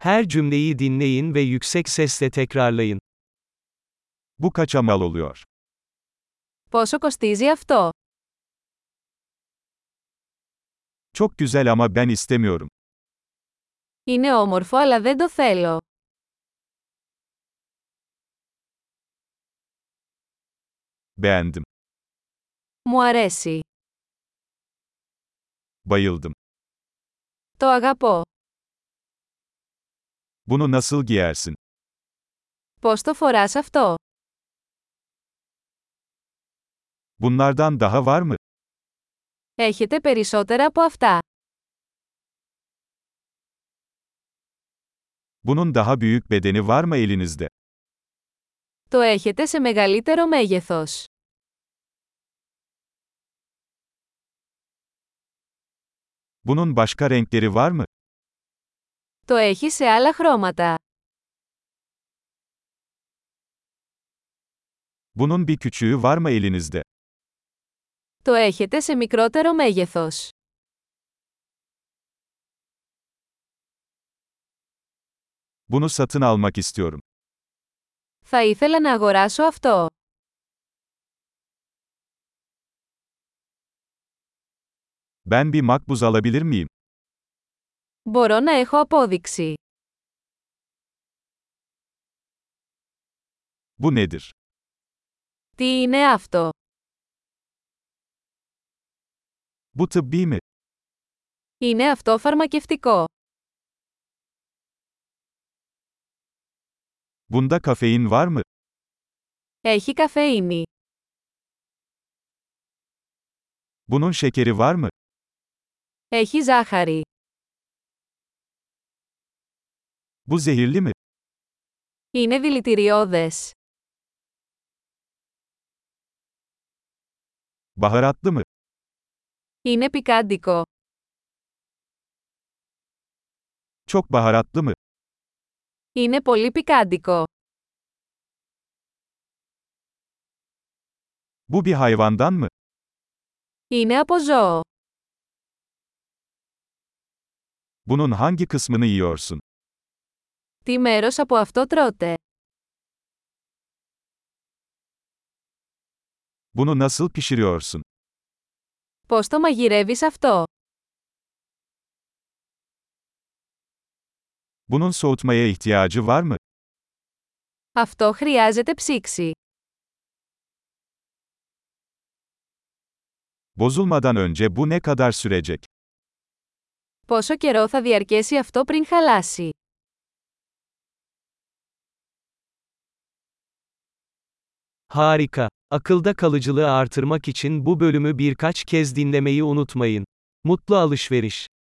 Her cümleyi dinleyin ve yüksek sesle tekrarlayın. Bu kaça mal oluyor? Πόσο κοστίζει αυτό? Çok güzel ama ben istemiyorum. Είναι όμορφο αλλά δεν το θέλω. Beğendim. Μου αρέσει. Bayıldım. Το αγαπώ. Bunu nasıl giyersin? Πώς το φοράς αυτό? Bunlardan daha var mı? Έχετε περισσότερα από αυτά. Bunun daha büyük bedeni var mı elinizde? Το έχετε σε μεγαλύτερο μέγεθος. Bunun başka renkleri var mı? Το έχει σε άλλα χρώματα. Bunun bir küçüğü var mı elinizde? Το έχετε σε μικρότερο μέγεθος. Bunu satın almak istiyorum. Θα ήθελα να αγοράσω αυτό. Ben bir makbuz alabilir miyim? Μπορώ να έχω απόδειξη. Bu nedir? Τι είναι αυτό? Bu tıbbi mi? Είναι αυτό φαρμακευτικό. Bunda kafein var mı? Έχει καφεΐνη. Bunun şekeri var mı? Έχει ζάχαρη. Bu zehirli mi? Είναι δηλητηριώδες. Baharatlı mı? Είναι πικάντικο. Çok baharatlı mı? Είναι πολύ πικάντικο. Bu bir hayvandan mı? Είναι από ζώο. Bunun hangi kısmını yiyorsun? Τι μέρος από αυτό τρώτε? Bunu nasıl pişiriyorsun? Πώς το μαγειρεύεις αυτό? Bunun soğutmaya ihtiyacı var mı? Αυτό χρειάζεται ψήξη. Bozulmadan önce bu ne kadar sürecek? Πόσο καιρό θα διαρκέσει αυτό πριν χαλάσει? Harika. Akılda kalıcılığı artırmak için bu bölümü birkaç kez dinlemeyi unutmayın. Mutlu alışveriş.